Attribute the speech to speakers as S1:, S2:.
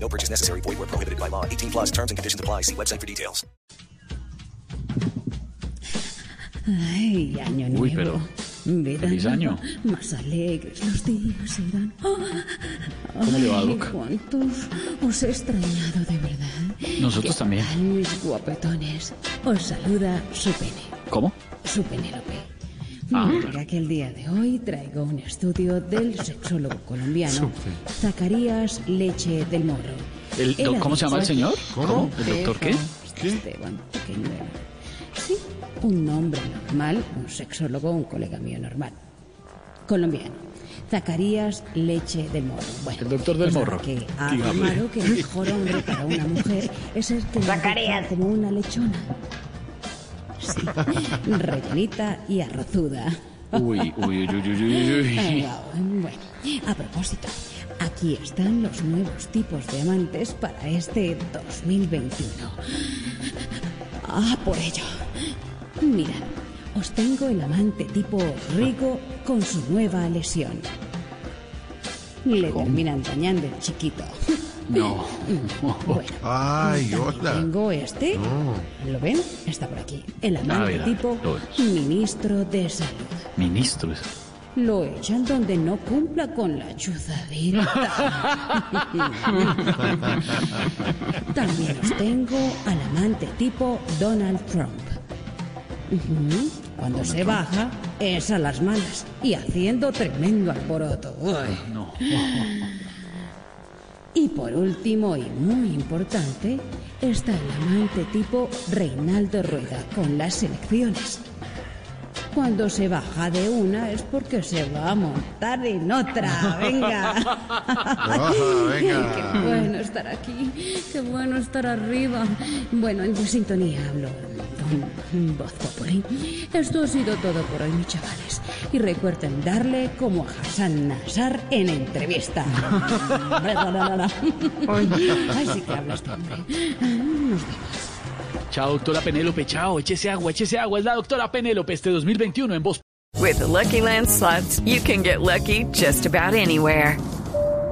S1: No purchase necessary. Void where prohibited by law. 18 plus terms and conditions apply. See website for details.
S2: Ay, año nuevo.
S3: Uy, pero
S2: Verano,
S3: feliz año.
S2: Más alegres los días serán.
S3: ¿Cómo le va, Doc?
S2: ¿Cuántos os he extrañado de verdad?
S3: Nosotros
S2: ¿Qué
S3: también.
S2: tal, mis guapetones. Os saluda su pene,
S3: ¿Cómo?
S2: su Penélope.
S3: Ah,
S2: Mira que el día de hoy traigo un estudio del sexólogo colombiano Zacarías Leche del Morro.
S3: El
S2: Él
S3: doc-
S2: ha
S3: ¿Cómo se llama el
S2: dicho-
S3: señor? ¿Cómo? ¿El doctor qué?
S2: ¿Qué? Esteban Pequeñuela. Sí, un hombre normal, un sexólogo, un colega mío normal. Colombiano. Zacarías Leche del Morro. Bueno,
S3: El doctor del
S2: es la
S3: Morro.
S2: Que ha
S3: Dígame.
S2: afirmado que el mejor hombre para una mujer es el que la
S4: Zacarías.
S2: trata como una lechona. Sí, rellenita y arrozuda.
S3: Uy, uy, uy, uy, uy, uy,
S2: Ah,
S3: uy.
S2: guau. Bueno, a propósito, aquí están los nuevos tipos de amantes para este 2021. Ah, por ello. Mira, os tengo el amante tipo Rico con su nueva lesión. Le terminan dañando el chiquito.
S3: No.
S2: Bueno,
S5: Ay,
S2: también
S5: hola.
S2: tengo este. ¿Lo ven? Está por aquí. El
S3: A
S2: amante
S3: ver, a ver,
S2: tipo
S3: lo vemos.
S2: ministro de salud.
S3: Ministro.
S2: Lo echan donde no cumpla con la chuzadita. También os tengo al amante tipo Donald Trump. Ujú. Cuando se baja, es a las malas y haciendo tremendo alboroto. Uy.
S3: No.
S2: Y por último y muy importante, está el amante tipo Reinaldo Rueda con las elecciones. Cuando se baja de una es porque se va a montar en otra. Venga.
S5: Ajá,
S2: Qué
S5: venga.
S2: bueno estar aquí. Qué bueno estar arriba. Bueno, en sintonía hablo con voz populi. Esto ha sido todo por hoy, mis chavales. Y recuerden darle como a Hassan Nazar en entrevista. Ay, sí que hablas, hombre. Nos vemos.
S3: Chao, doctora Penélope. Chao, échese agua, échese agua. Es la doctora Penélope este 2021 en voz.
S6: With the Lucky Land slots, you can get lucky just about anywhere.